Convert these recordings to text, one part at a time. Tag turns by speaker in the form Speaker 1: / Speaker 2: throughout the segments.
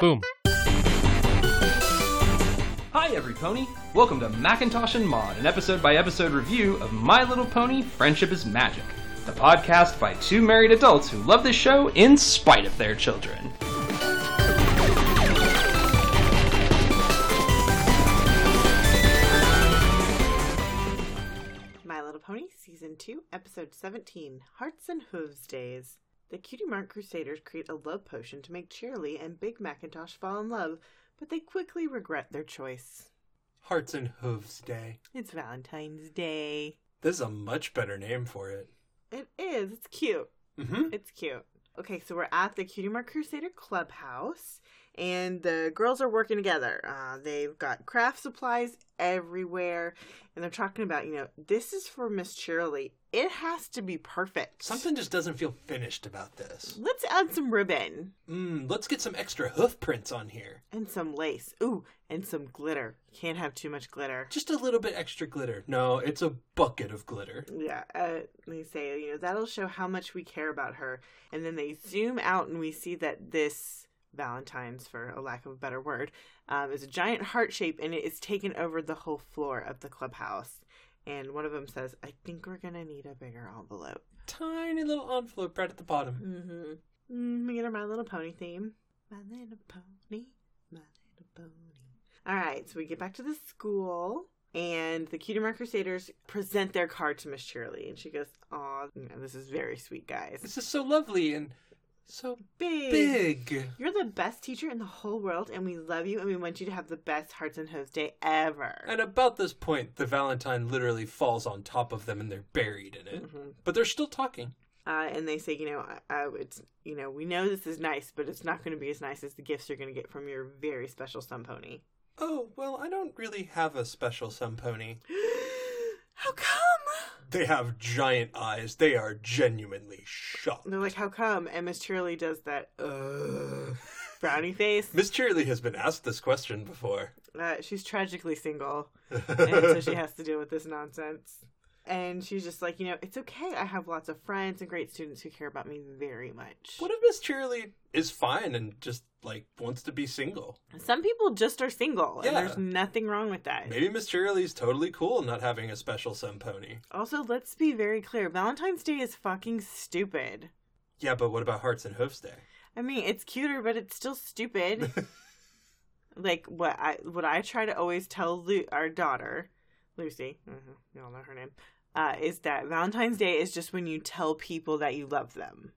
Speaker 1: Boom.
Speaker 2: Hi, every pony. Welcome to Macintosh and Mod, an episode by episode review of My Little Pony Friendship is Magic, the podcast by two married adults who love this show in spite of their children.
Speaker 3: My Little Pony, Season 2, Episode 17 Hearts and Hooves Days. The Cutie Mark Crusaders create a love potion to make Cheerly and Big Macintosh fall in love, but they quickly regret their choice.
Speaker 4: Hearts and Hooves Day.
Speaker 3: It's Valentine's Day.
Speaker 4: This is a much better name for it.
Speaker 3: It is. It's cute.
Speaker 4: Mm-hmm.
Speaker 3: It's cute. Okay, so we're at the Cutie Mark Crusader Clubhouse, and the girls are working together. Uh, they've got craft supplies everywhere, and they're talking about, you know, this is for Miss Cheerly. It has to be perfect.
Speaker 4: Something just doesn't feel finished about this.
Speaker 3: Let's add some ribbon
Speaker 4: Mm, let's get some extra hoof prints on here.
Speaker 3: and some lace. Ooh, and some glitter. Can't have too much glitter.
Speaker 4: Just a little bit extra glitter. No, it's a bucket of glitter.
Speaker 3: Yeah, uh, they say, you know, that'll show how much we care about her. And then they zoom out and we see that this Valentine's, for a lack of a better word, um, is a giant heart shape and it is taken over the whole floor of the clubhouse. And one of them says, I think we're going to need a bigger envelope.
Speaker 4: Tiny little envelope right at the bottom.
Speaker 3: Mm-hmm. Mm, we get our My Little Pony theme. My Little Pony, My Little Pony. All right, so we get back to the school, and the Cutie Mark Crusaders present their card to Miss Shirley, and she goes, "Aw, you know, this is very sweet, guys.
Speaker 4: This is so lovely and so
Speaker 3: Big.
Speaker 4: big.
Speaker 3: You're the best teacher in the whole world, and we love you, and we want you to have the best Hearts and Hooves Day ever."
Speaker 4: And about this point, the Valentine literally falls on top of them and they're buried in it.
Speaker 3: Mhm.
Speaker 4: But they're still talking.
Speaker 3: Uh, and they say, you know, I, I, it's you know, we know this is nice, but it's not going to be as nice as the gifts you're going to get from your very special Sun Pony.
Speaker 4: Oh, well, I don't really have a special sun pony.
Speaker 3: How Oh, come?
Speaker 4: They have giant eyes. They are genuinely shocked.
Speaker 3: And they're like, how come? And Miss Shirley does that uh, brownie face.
Speaker 4: Miss Cheerly has been asked this question before.
Speaker 3: Uh, she's tragically single, and so she has to deal with this nonsense. And she's just like, you know, it's okay. I have lots of friends and great students who care about me very much.
Speaker 4: what if Miss Cheerly is fine and just like wants to be single?
Speaker 3: Some people just are single, and
Speaker 4: Yeah.
Speaker 3: there's nothing wrong with that.
Speaker 4: Maybe Miss Cheerly's totally cool not having a special sun pony.
Speaker 3: Also, let's be very clear Valentine's Day is fucking stupid.
Speaker 4: Yeah, but what about Hearts and Hoofs Day?
Speaker 3: I mean, it's cuter, but it's still stupid. like what I what I try to always tell Lu- our daughter, Lucy, mhm, y'all know her name, uh, is that Valentine's Day is just when you tell people that you love them.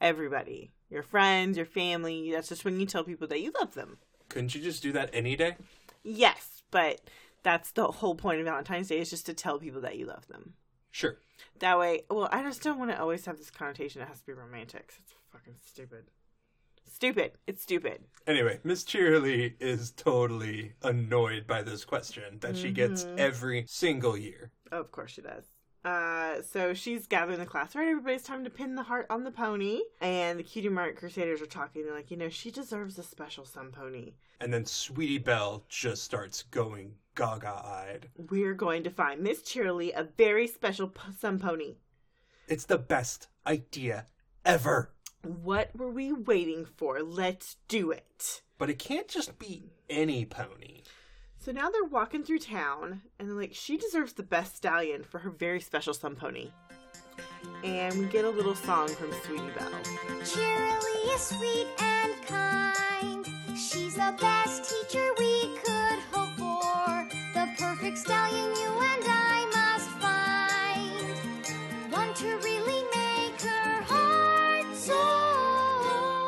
Speaker 3: Everybody, your friends, your family. That's just when you tell people that you love them.
Speaker 4: Couldn't you just do that any day?
Speaker 3: Yes, but that's the whole point of Valentine's Day is just to tell people that you love them.
Speaker 4: Sure.
Speaker 3: That way, well, I just don't want to always have this connotation. It has to be romantic. 'cause It's fucking stupid. Stupid. It's stupid.
Speaker 4: Anyway, Miss Cheerly is totally annoyed by this question that she gets
Speaker 3: Mhm.
Speaker 4: every single year.
Speaker 3: Of course she does. Uh, so she's gathering the class. All Right, everybody's time to pin the heart on the pony. And the Cutie Mark Crusaders are talking. They're like, you know, she deserves a special sun pony.
Speaker 4: And then Sweetie Belle just starts going gaga eyed.
Speaker 3: We're going to find Miss Cheerly a very special p- sun pony.
Speaker 4: It's the best idea ever.
Speaker 3: What were we waiting for? Let's do it.
Speaker 4: But it can't just be any pony.
Speaker 3: So now they're walking through town, and they're like, she deserves the best stallion for her very special sun pony. And we get a little song from Sweetie Belle.
Speaker 5: Cheerily is sweet and kind. She's the best teacher we could hope for. The perfect stallion you and I must find. One to really make her heart soar.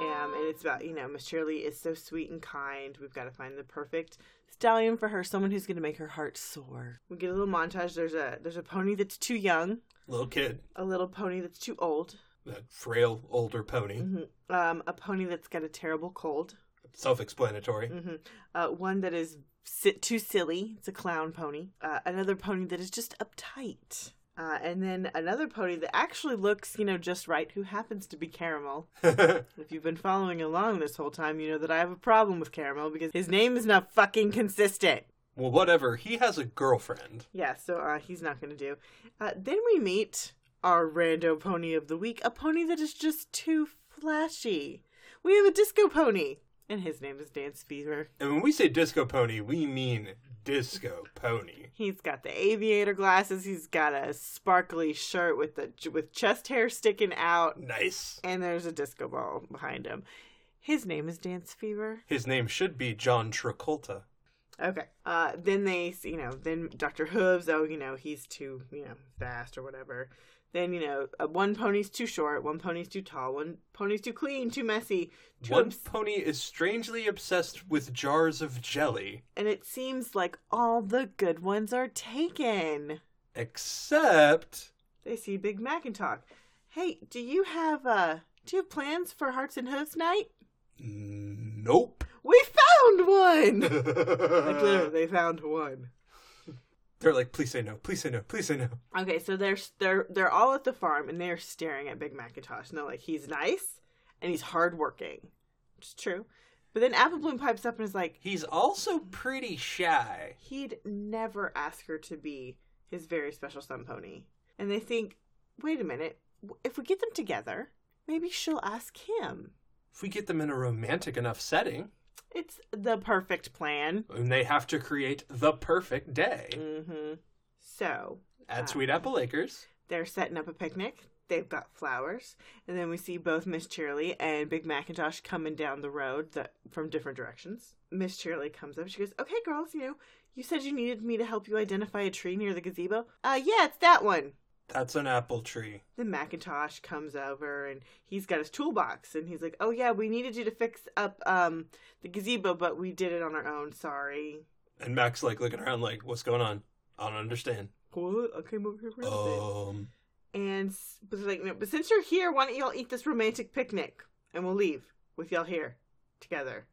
Speaker 3: Um, and it's about, you know, Miss Shirley is so sweet and kind. We've got to find the perfect stallion for her, someone who's going to make her heart soar. We get a little montage. There's a there's a pony that's too young,
Speaker 4: Little kid,
Speaker 3: a little pony that's too old,
Speaker 4: a frail older pony.
Speaker 3: Mhm. um, a pony that's got a terrible cold,
Speaker 4: Self-explanatory.
Speaker 3: hmm uh, one that is si- too silly. It's a clown pony. Uh, another pony that is just uptight. Uh, and then another pony that actually looks, you know, just right, who happens to be Caramel. If you've been following along this whole time, you know that I have a problem with Caramel because his name is not fucking consistent.
Speaker 4: well, whatever. He has a girlfriend.
Speaker 3: Yeah, so uh, he's not going to do. Uh, then we meet our rando pony of the week, a pony that is just too flashy. We have a disco pony, and his name is Dance Fever.
Speaker 4: And when we say disco pony, we mean disco pony.
Speaker 3: He's got the aviator glasses. He's got a sparkly shirt with the with chest hair sticking out,
Speaker 4: Nice.
Speaker 3: and there's a disco ball behind him. His name is Dance Fever.
Speaker 4: His name should be John Tracolta.
Speaker 3: Okay. Uh, then they, you know, then Doctor Hooves. Oh, you know, he's too, you know, fast or whatever. Then you know, uh, one pony's too short, one pony's too tall, one pony's too clean, too messy, too
Speaker 4: One
Speaker 3: obs-
Speaker 4: pony is strangely obsessed with jars of jelly,
Speaker 3: and it seems like all the good ones are taken.
Speaker 4: except
Speaker 3: They see Big Mac and talk. Hey, do you have uh, do you have plans for Hearts and Hooves night?
Speaker 4: nope.
Speaker 3: We found one. like literally,
Speaker 4: They're
Speaker 3: they found one.
Speaker 4: like, please say no, please say no, please say no.
Speaker 3: Okay, so they're they're they're all at the farm and they're staring at Big Macintosh and they're like, he's nice and he's hardworking, which is true. But then Apple Bloom pipes up and is like,
Speaker 4: He's also pretty shy.
Speaker 3: he'd never ask her to be his very special sun pony. And they think, wait a minute, w- if we get them together, maybe she'll ask him.
Speaker 4: If we get them in a romantic enough setting,
Speaker 3: It's the perfect plan.
Speaker 4: and they have to create the perfect day
Speaker 3: Mm-hmm. So
Speaker 4: at
Speaker 3: Ah.
Speaker 4: Sweet Apple Acres.
Speaker 3: they're setting up a picnic. They've got flowers, and then we see both Miss Cheerly and Big Macintosh coming down the road that, from different directions. Miss Cheerly comes up. She goes, "Okay, girls, you know, you said you needed me to help you identify a tree near the gazebo. Uh, yeah, it's that one."
Speaker 4: That's an apple tree.
Speaker 3: Then Macintosh comes over and he's got his toolbox and he's like, "Oh yeah, we needed you to fix up um the gazebo, but we did it on our own. Sorry."
Speaker 4: And Mac's like looking around, like, what's going on? I don't understand.
Speaker 3: What? I came over here for nothing.
Speaker 4: Um,
Speaker 3: and s- was like, no, but since you're here, why don't y'all eat this romantic picnic and we'll leave with y'all here together.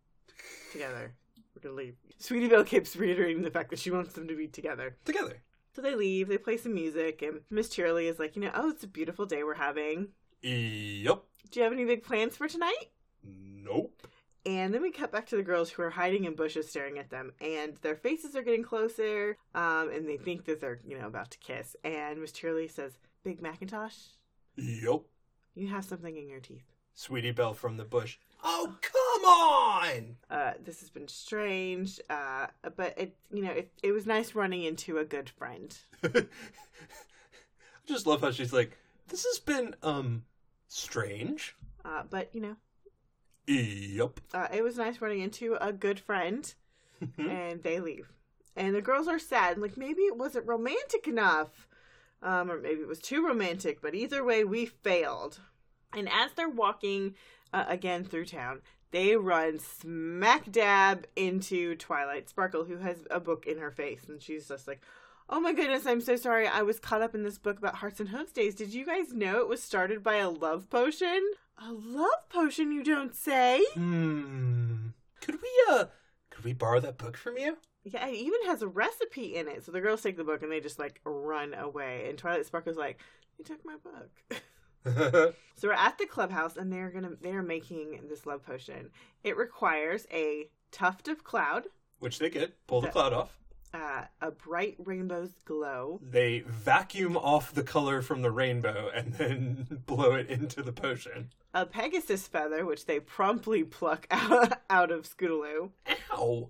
Speaker 3: Together. We're gonna leave. Sweetie Belle keeps reiterating the fact that she wants them to be together.
Speaker 4: together.
Speaker 3: So they leave, they play some music, and Miss Cheerly is like, you know, oh, it's a beautiful day we're having.
Speaker 4: Yup.
Speaker 3: Do you have any big plans for tonight?
Speaker 4: Nope.
Speaker 3: And then we cut back to the girls who are hiding in bushes staring at them, and their faces are getting closer, um, and they think that they're, you know, about to kiss. And Miss Cheerly says, Big Macintosh,
Speaker 4: Yup.
Speaker 3: you have something in your teeth.
Speaker 4: Sweetie Belle from the bush. Oh, come on!
Speaker 3: uh, this has been strange, uh, but it you know it, it was nice running into a good friend.
Speaker 4: I just love how she's like, this has been, um, strange.
Speaker 3: Uh, but you know
Speaker 4: Yup.
Speaker 3: uh, it was nice running into a good friend, and they leave. And the girls are sad, like maybe it wasn't romantic enough, um, or maybe it was too romantic. But either way, we failed. And as they're walking uh, again through town, they run smack dab into Twilight Sparkle, who has a book in her face, and she's just like, "Oh my goodness, I'm so sorry. I was caught up in this book about Hearts and Hooves days. Did you guys know it was started by a love potion? A love potion? You don't say."
Speaker 4: Hmm. Could we, uh, could we borrow that book from you?
Speaker 3: Yeah, it even has a recipe in it. So the girls take the book and they just like run away. And Twilight Sparkle's like, "You took my book." So we're at the clubhouse and they're gonna they're making this love potion. It requires a tuft of cloud,
Speaker 4: Which they get. Pull the
Speaker 3: That-
Speaker 4: cloud off.
Speaker 3: uh, a bright rainbow's glow,
Speaker 4: They vacuum off the color from the rainbow and then blow it into the potion.
Speaker 3: a Pegasus feather, which they promptly pluck out, out of Scootaloo,
Speaker 4: Ow.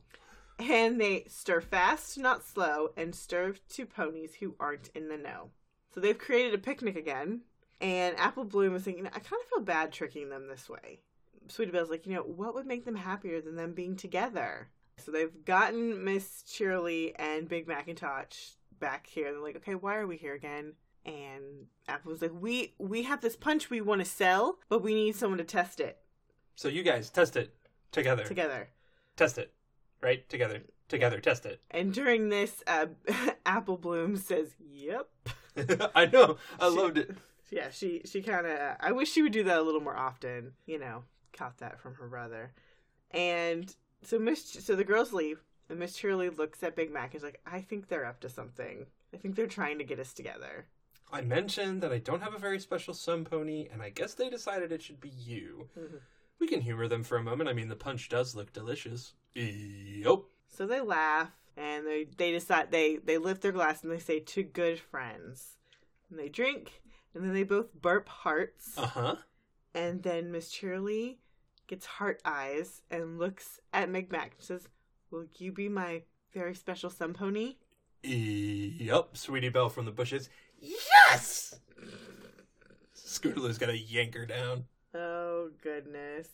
Speaker 3: and they stir fast, not slow, and serve to ponies who aren't in the know. So they've created a picnic again, and Apple Bloom is thinking, I kind of feel bad tricking them this way. Sweetie Belle's like, you know, what would make them happier than them being together? So they've gotten Miss Cheerly and Big Macintosh back here. They're like, okay, why are we here again? And Apple was like, we we have this punch we want to sell, but we need someone to test it
Speaker 4: So you guys test it together.
Speaker 3: together.
Speaker 4: Test it, right? Together, together. Test
Speaker 3: And during this, uh, Apple Bloom says, "Yep."
Speaker 4: it. I know. I
Speaker 3: She-
Speaker 4: loved it.
Speaker 3: Yeah, she she kind of. I wish she would do that a little more often. You know, caught that from her brother. And so Miss, so the girls leave, and Miss Shirley looks at Big Mac and is like, "I think they're up to something. I think they're trying to get us together."
Speaker 4: I mentioned that I don't have a very special sun pony, and I guess they decided it should be you.
Speaker 3: Mhm.
Speaker 4: We can humor them for a moment. I mean, the punch does look delicious. Yup.
Speaker 3: So they laugh and they they decide they they lift their glass and they say, "To good friends," and they
Speaker 4: Oh.
Speaker 3: drink, and then they both burp hearts.
Speaker 4: Uh huh.
Speaker 3: And then Miss Shirley gets heart eyes and looks at McMack and says, Will you be my very special sun pony?
Speaker 4: Yup, Sweetie Belle from the bushes. Yes! Scootaloo's gonna yank her down.
Speaker 3: Oh goodness.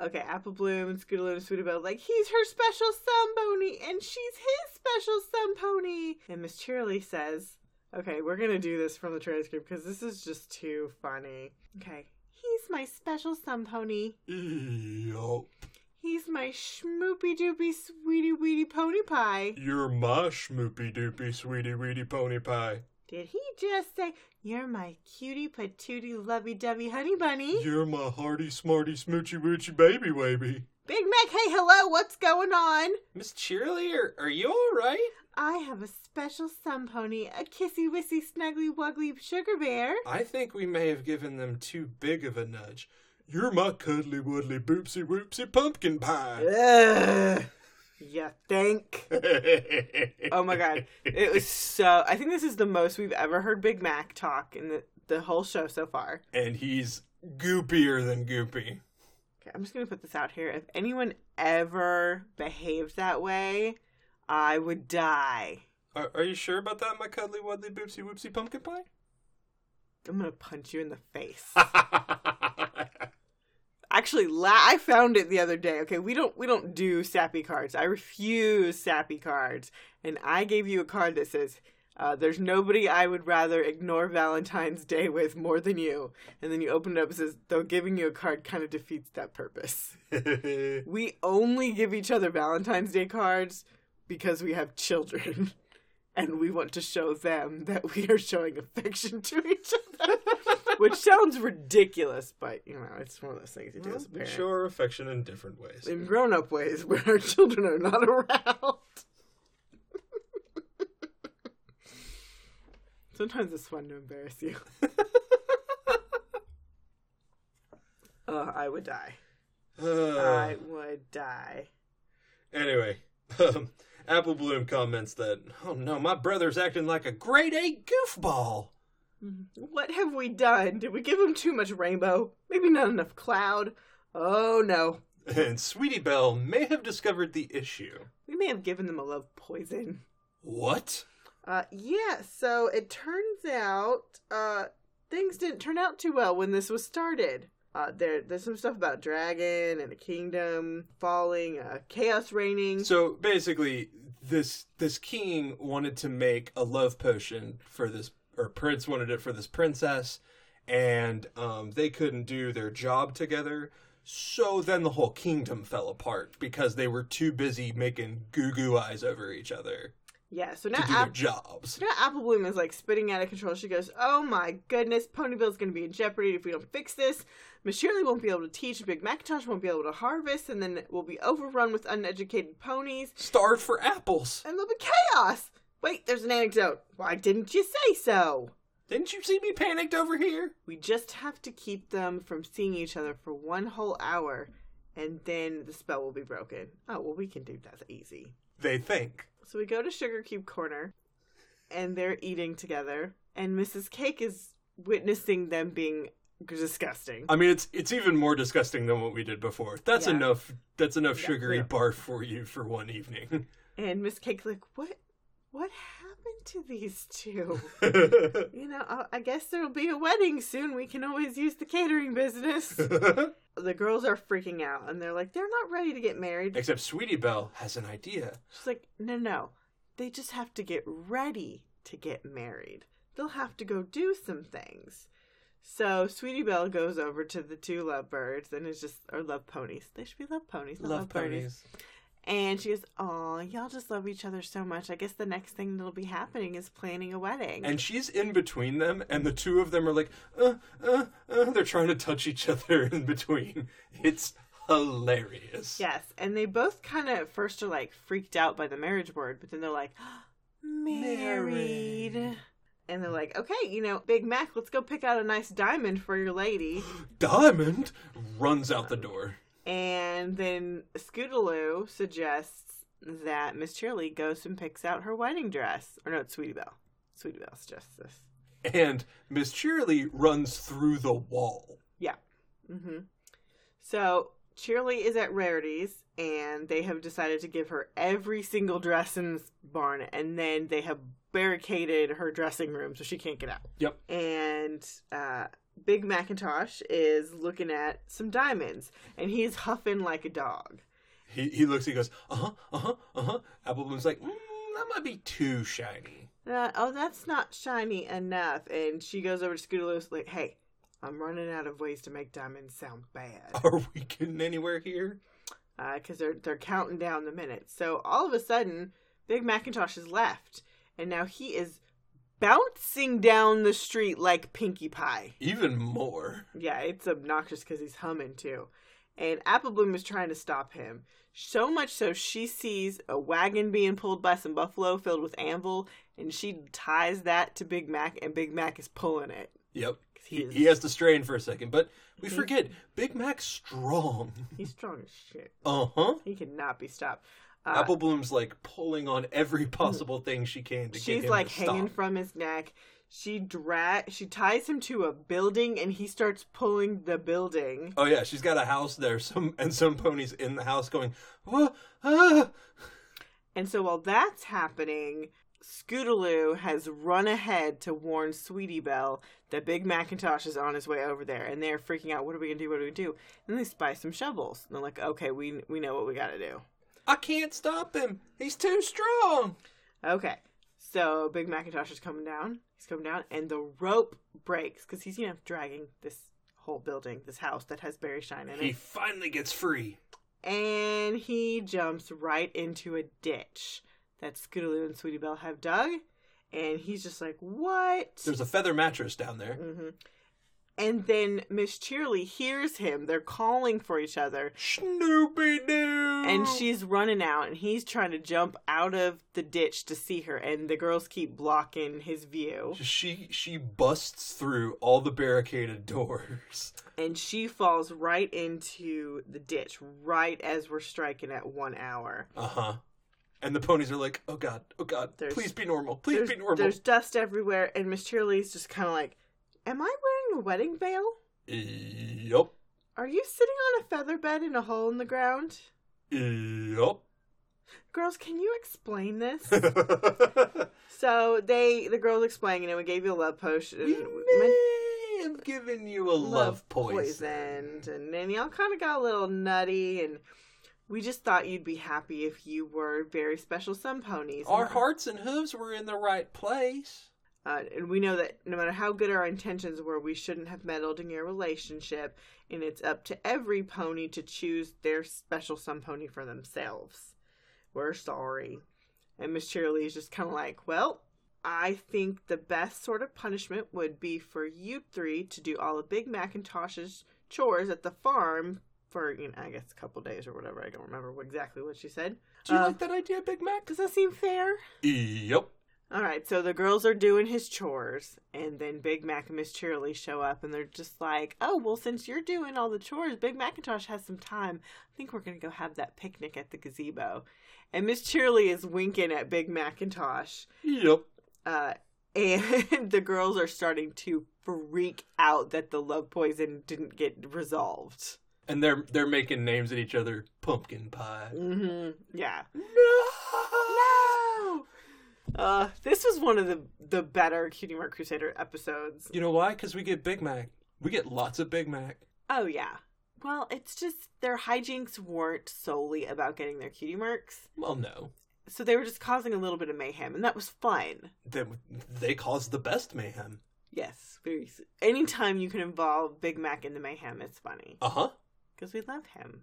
Speaker 3: Okay, Apple Bloom and Scootaloo and Sweetabelle like he's her special sun pony and she's his special sun pony. And Miss Cheerily says, "Okay, we're gonna do this from the transcript because this is just too funny." Okay, he's my special sun pony.
Speaker 4: Yup.
Speaker 3: He's my schmoopy doopy sweetie weedy pony pie.
Speaker 4: You're my schmoopy doopy sweetie weedy pony pie.
Speaker 3: Did he just say you're my cutie patootie lovey dovey honey bunny?
Speaker 4: You're my hearty smarty smoochy woochy baby baby.
Speaker 3: Big Mac, hey, hello, what's going on?
Speaker 4: Miss Cheerily, are, are you alright?
Speaker 3: I have a special sun pony, a kissy wissy snuggly wuggly sugar bear.
Speaker 4: I think we may have given them too big of a nudge. You're my cuddly woodly boopsy whoopsy pumpkin pie.
Speaker 3: Ugh, you think? Oh my god, it was so. I think this is the most we've ever heard Big Mac talk in the, the whole show so far.
Speaker 4: And he's goopier than goopy.
Speaker 3: Okay, I'm just gonna put this out here. If anyone ever behaved that way, I would die.
Speaker 4: Are, are you sure about that, my cuddly wuddly boopsy whoopsy pumpkin
Speaker 3: I'm gonna punch you in the face.
Speaker 4: pie?
Speaker 3: Actually, la- I found it the other day. Okay, we don't we don't do sappy cards. I refuse sappy cards. And I gave you a card that says, uh, "There's nobody I would rather ignore Valentine's Day with more than you." And then you open it up and says, "Though giving you a card kind of defeats that purpose." We only give each other Valentine's Day cards because we have children, and we want to show them that we are showing affection to each other. Which sounds ridiculous, but you know, it's one of those things you do as a
Speaker 4: we
Speaker 3: parent
Speaker 4: show our affection in different ways.
Speaker 3: in grown up ways when our children are not around. Sometimes it's fun to embarrass you. uh, I would die. I
Speaker 4: Uh,
Speaker 3: would die.
Speaker 4: anyway, um, Apple Bloom comments that, oh no, my brother's acting like a grade A goofball.
Speaker 3: What have we done? Did we give him too much rainbow? Maybe not enough cloud? Oh no.
Speaker 4: And Sweetie Belle may have discovered the issue.
Speaker 3: We may have given them a love poison.
Speaker 4: What?
Speaker 3: Uh, yeah, so it turns out uh, things didn't turn out too well when this was started. Uh, there, there's some stuff about dragon and a kingdom falling, uh, chaos reigning.
Speaker 4: So basically, this this king wanted to make a love potion for this, or prince wanted it for this princess, and um, they couldn't do their job together. So then the whole kingdom fell apart because they were too busy making goo goo eyes over each other
Speaker 3: yeah, so
Speaker 4: to
Speaker 3: now,
Speaker 4: do their
Speaker 3: App-
Speaker 4: jobs.
Speaker 3: now Apple Bloom is like spitting out of control. She goes, "Oh my goodness, Ponyville's going to be in jeopardy if we don't fix this. Miss Shirley won't be able to teach. Big Macintosh won't be able to harvest, and then we'll be overrun with uneducated ponies.
Speaker 4: Starved for apples.
Speaker 3: And there'll be chaos." Wait, there's an anecdote. Why didn't you say so?
Speaker 4: Didn't you see me panicked over here?
Speaker 3: We just have to keep them from seeing each other for one whole hour, and then the spell will be broken. Oh, well, we can do that easy.
Speaker 4: They think.
Speaker 3: So we go to Sugar Cube Corner, and they're eating together, and Mrs. Cake is witnessing them being disgusting.
Speaker 4: I mean, it's it's even more disgusting than what we did before. That's
Speaker 3: Yeah.
Speaker 4: enough. That's enough
Speaker 3: Yeah,
Speaker 4: sugary
Speaker 3: yeah.
Speaker 4: barf for you for one evening.
Speaker 3: And Miss Cake's like, what? What happened to these two? you know, I- I guess there'll be a wedding soon. We can always use the catering business. the girls are freaking out, and they're like, they're not ready to get married.
Speaker 4: Except Sweetie Belle has an idea.
Speaker 3: She's like, no, no. They just have to get ready to get married. They'll have to go do some things. So Sweetie Belle goes over to the two lovebirds and is just, or love ponies. They should be love ponies, not love, birdies. And she goes, oh, y'all just love each other so much. I guess the next thing that'll be happening is planning a wedding.
Speaker 4: And she's in between them, and the two of them are like, uh, uh, uh. They're trying to touch each other in between. It's hilarious.
Speaker 3: yes. And they both kind of at first are like freaked out by the marriage word, but then they're like, married.
Speaker 4: Married.
Speaker 3: And they're like, okay, you know, Big Mac, let's go pick out a nice diamond for your lady.
Speaker 4: Diamond runs out the door.
Speaker 3: And then Scootaloo suggests that Miss Shirley goes and picks out her wedding dress. Or no, it's Sweetie Belle. Sweetie Belle suggests this.
Speaker 4: And Miss Cheerily runs through the wall.
Speaker 3: Yeah. hmm Mm-hmm. So Shirley is at Rarity's, and they have decided to give her every single dress in this barn, and then they have barricaded her dressing room so she can't get out.
Speaker 4: Yep.
Speaker 3: And uh, Big Macintosh is looking at some diamonds, and he's huffing like a dog.
Speaker 4: He he looks. He goes, uh huh, uh huh, uh huh. Apple Bloom's like, mm, that might be too shiny.
Speaker 3: Uh, oh, that's not shiny enough. And she goes over to Scootaloo, like, hey, I'm running out of ways to make diamonds sound bad.
Speaker 4: Are we getting anywhere here?
Speaker 3: because uh, they're they're counting down the minutes. So all of a sudden, Big Macintosh is left, and now he is bouncing down the street like Pinkie Pie.
Speaker 4: Even more.
Speaker 3: Yeah, it's obnoxious because he's humming too. And Apple Bloom is trying to stop him. So much so she sees a wagon being pulled by some buffalo filled with anvil, and she ties that to Big Mac, and Big Mac is pulling it.
Speaker 4: Yep.
Speaker 3: 'Cause he
Speaker 4: He,
Speaker 3: is-
Speaker 4: he has to strain for a second, but we
Speaker 3: Mhm.
Speaker 4: forget Big Mac's strong.
Speaker 3: He's strong as shit.
Speaker 4: Uh huh.
Speaker 3: He cannot be stopped. Uh,
Speaker 4: Apple Bloom's like pulling on every possible thing she can to get
Speaker 3: she's
Speaker 4: him
Speaker 3: like
Speaker 4: to
Speaker 3: hanging
Speaker 4: stop.
Speaker 3: from his neck she drag she ties him to a building and he starts pulling the building
Speaker 4: Oh yeah, she's got a house there. Some and some ponies in the house going, Whoa, ah.
Speaker 3: and so while that's happening Scootaloo has run ahead to warn Sweetie Belle that Big Macintosh is on his way over there, and they're freaking out. What are we gonna do? What are we gonna do? And they spy some shovels, and they're like, "Okay, we we know what we gotta do."
Speaker 4: I can't stop him. He's too strong.
Speaker 3: Okay, so Big Macintosh is coming down. He's coming down, and the rope breaks because he's you know dragging this whole building, this house that has Barry Shine in it.
Speaker 4: He finally gets free.
Speaker 3: and he jumps right into a ditch that Scootaloo and Sweetie Belle have dug, and he's just like, "What?"
Speaker 4: There's a feather mattress down there.
Speaker 3: hmm And then Miss Cheerly hears him. They're calling for each other,
Speaker 4: Snoopy Doo.
Speaker 3: and she's running out, and he's trying to jump out of the ditch to see her, and the girls keep blocking his view,
Speaker 4: she she busts through all the barricaded doors.
Speaker 3: and she falls right into the ditch right as we're striking at one hour.
Speaker 4: Uh huh. And the ponies are like, oh god, oh god,
Speaker 3: There's-
Speaker 4: please be normal, please
Speaker 3: there's,
Speaker 4: be normal.
Speaker 3: there's dust everywhere, and Miss Shirley's just kind of like, "Am I wearing a wedding veil?
Speaker 4: Yup,
Speaker 3: Are you sitting on a feather bed in a hole in the ground?
Speaker 4: yup.
Speaker 3: Girls, can you explain this?" so they, the girls, explaining it. We gave you a love potion.
Speaker 4: we may have given you a love, poison.
Speaker 3: poisoned, and then y'all kind of got a little nutty, and we just thought you'd be happy if you were very special sun ponies.
Speaker 4: Our hearts and hooves were in the right place.
Speaker 3: Uh, and we know that no matter how good our intentions were, we shouldn't have meddled in your relationship, and it's up to every pony to choose their special sun pony for themselves. We're sorry. And Miss Cheerily is just kind of like, well, I think the best sort of punishment would be for you three to do all of Big Macintosh's chores at the farm for, you know, I guess a couple days or whatever. I don't remember what- exactly what she said.
Speaker 4: Do you
Speaker 3: Uh,
Speaker 4: like that idea, Big Mac?
Speaker 3: Does that seem fair?
Speaker 4: Yup.
Speaker 3: All right, so the girls are doing his chores, and then Big Mac and Miss Cheerily show up, and they're just like, "Oh, well, since you're doing all the chores, Big Macintosh has some time. I think we're gonna go have that picnic at the gazebo." And Miss Cheerily is winking at Big Macintosh,
Speaker 4: Yup.
Speaker 3: uh, and the girls are starting to freak out that the love poison didn't get resolved.
Speaker 4: And they're they're making names at each other. Pumpkin pie.
Speaker 3: hmm Yeah.
Speaker 4: No.
Speaker 3: Uh, this was one of the the better Cutie Mark Crusader episodes.
Speaker 4: You know why? Because we get Big Mac. We get lots of Big Mac.
Speaker 3: Oh yeah. Well, it's just their hijinks weren't solely about getting their cutie marks.
Speaker 4: Well, no.
Speaker 3: So they were just causing a little bit of mayhem, and that was fun.
Speaker 4: They, they caused the best mayhem.
Speaker 3: Yes, very. s- Anytime you can involve Big Mac in the mayhem, it's funny
Speaker 4: Uh huh.
Speaker 3: because we love him.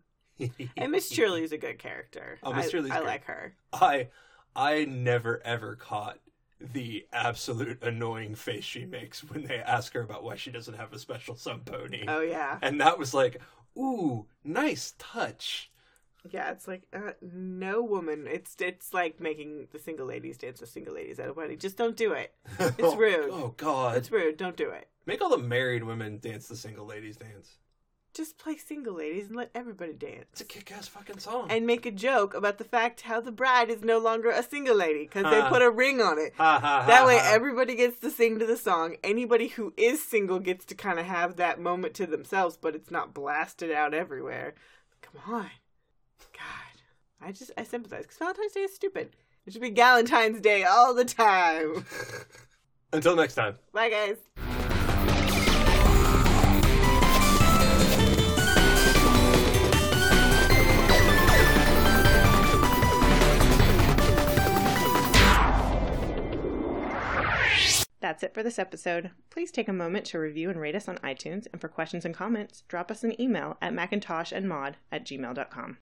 Speaker 3: And Miss Shirley is a good character.
Speaker 4: Oh, Miss
Speaker 3: I-
Speaker 4: Shirley's
Speaker 3: I,
Speaker 4: great.
Speaker 3: like her.
Speaker 4: I I never ever caught the absolute annoying face she makes when they ask her about why she doesn't have a special sun pony.
Speaker 3: Oh yeah,
Speaker 4: And that was like, ooh, nice touch.
Speaker 3: yeah. It's like uh, no woman. It's it's like making the single ladies dance with single ladies at a wedding. Just don't do it.
Speaker 4: It's
Speaker 3: rude.
Speaker 4: Oh God!
Speaker 3: It's rude. Don't do it.
Speaker 4: Make all the married women dance the single ladies dance.
Speaker 3: Just play single ladies and let everybody dance.
Speaker 4: It's a kick-ass fucking song.
Speaker 3: and make a joke about the fact how the bride is no longer a single lady because they
Speaker 4: Huh.
Speaker 3: put a ring on it.
Speaker 4: ha, ha, ha,
Speaker 3: That way,
Speaker 4: ha.
Speaker 3: everybody gets to sing to the song. Anybody who is single gets to kind of have that moment to themselves, but it's not blasted out everywhere. Come on. God. I just, I sympathize. Because Valentine's Day is stupid. It should be Galentine's Day all the time.
Speaker 4: Until next time.
Speaker 3: Bye, guys. That's it for this episode. Please take a moment to review and rate us on iTunes, and for questions and comments, drop us an email at macintoshandmod at gmail.com.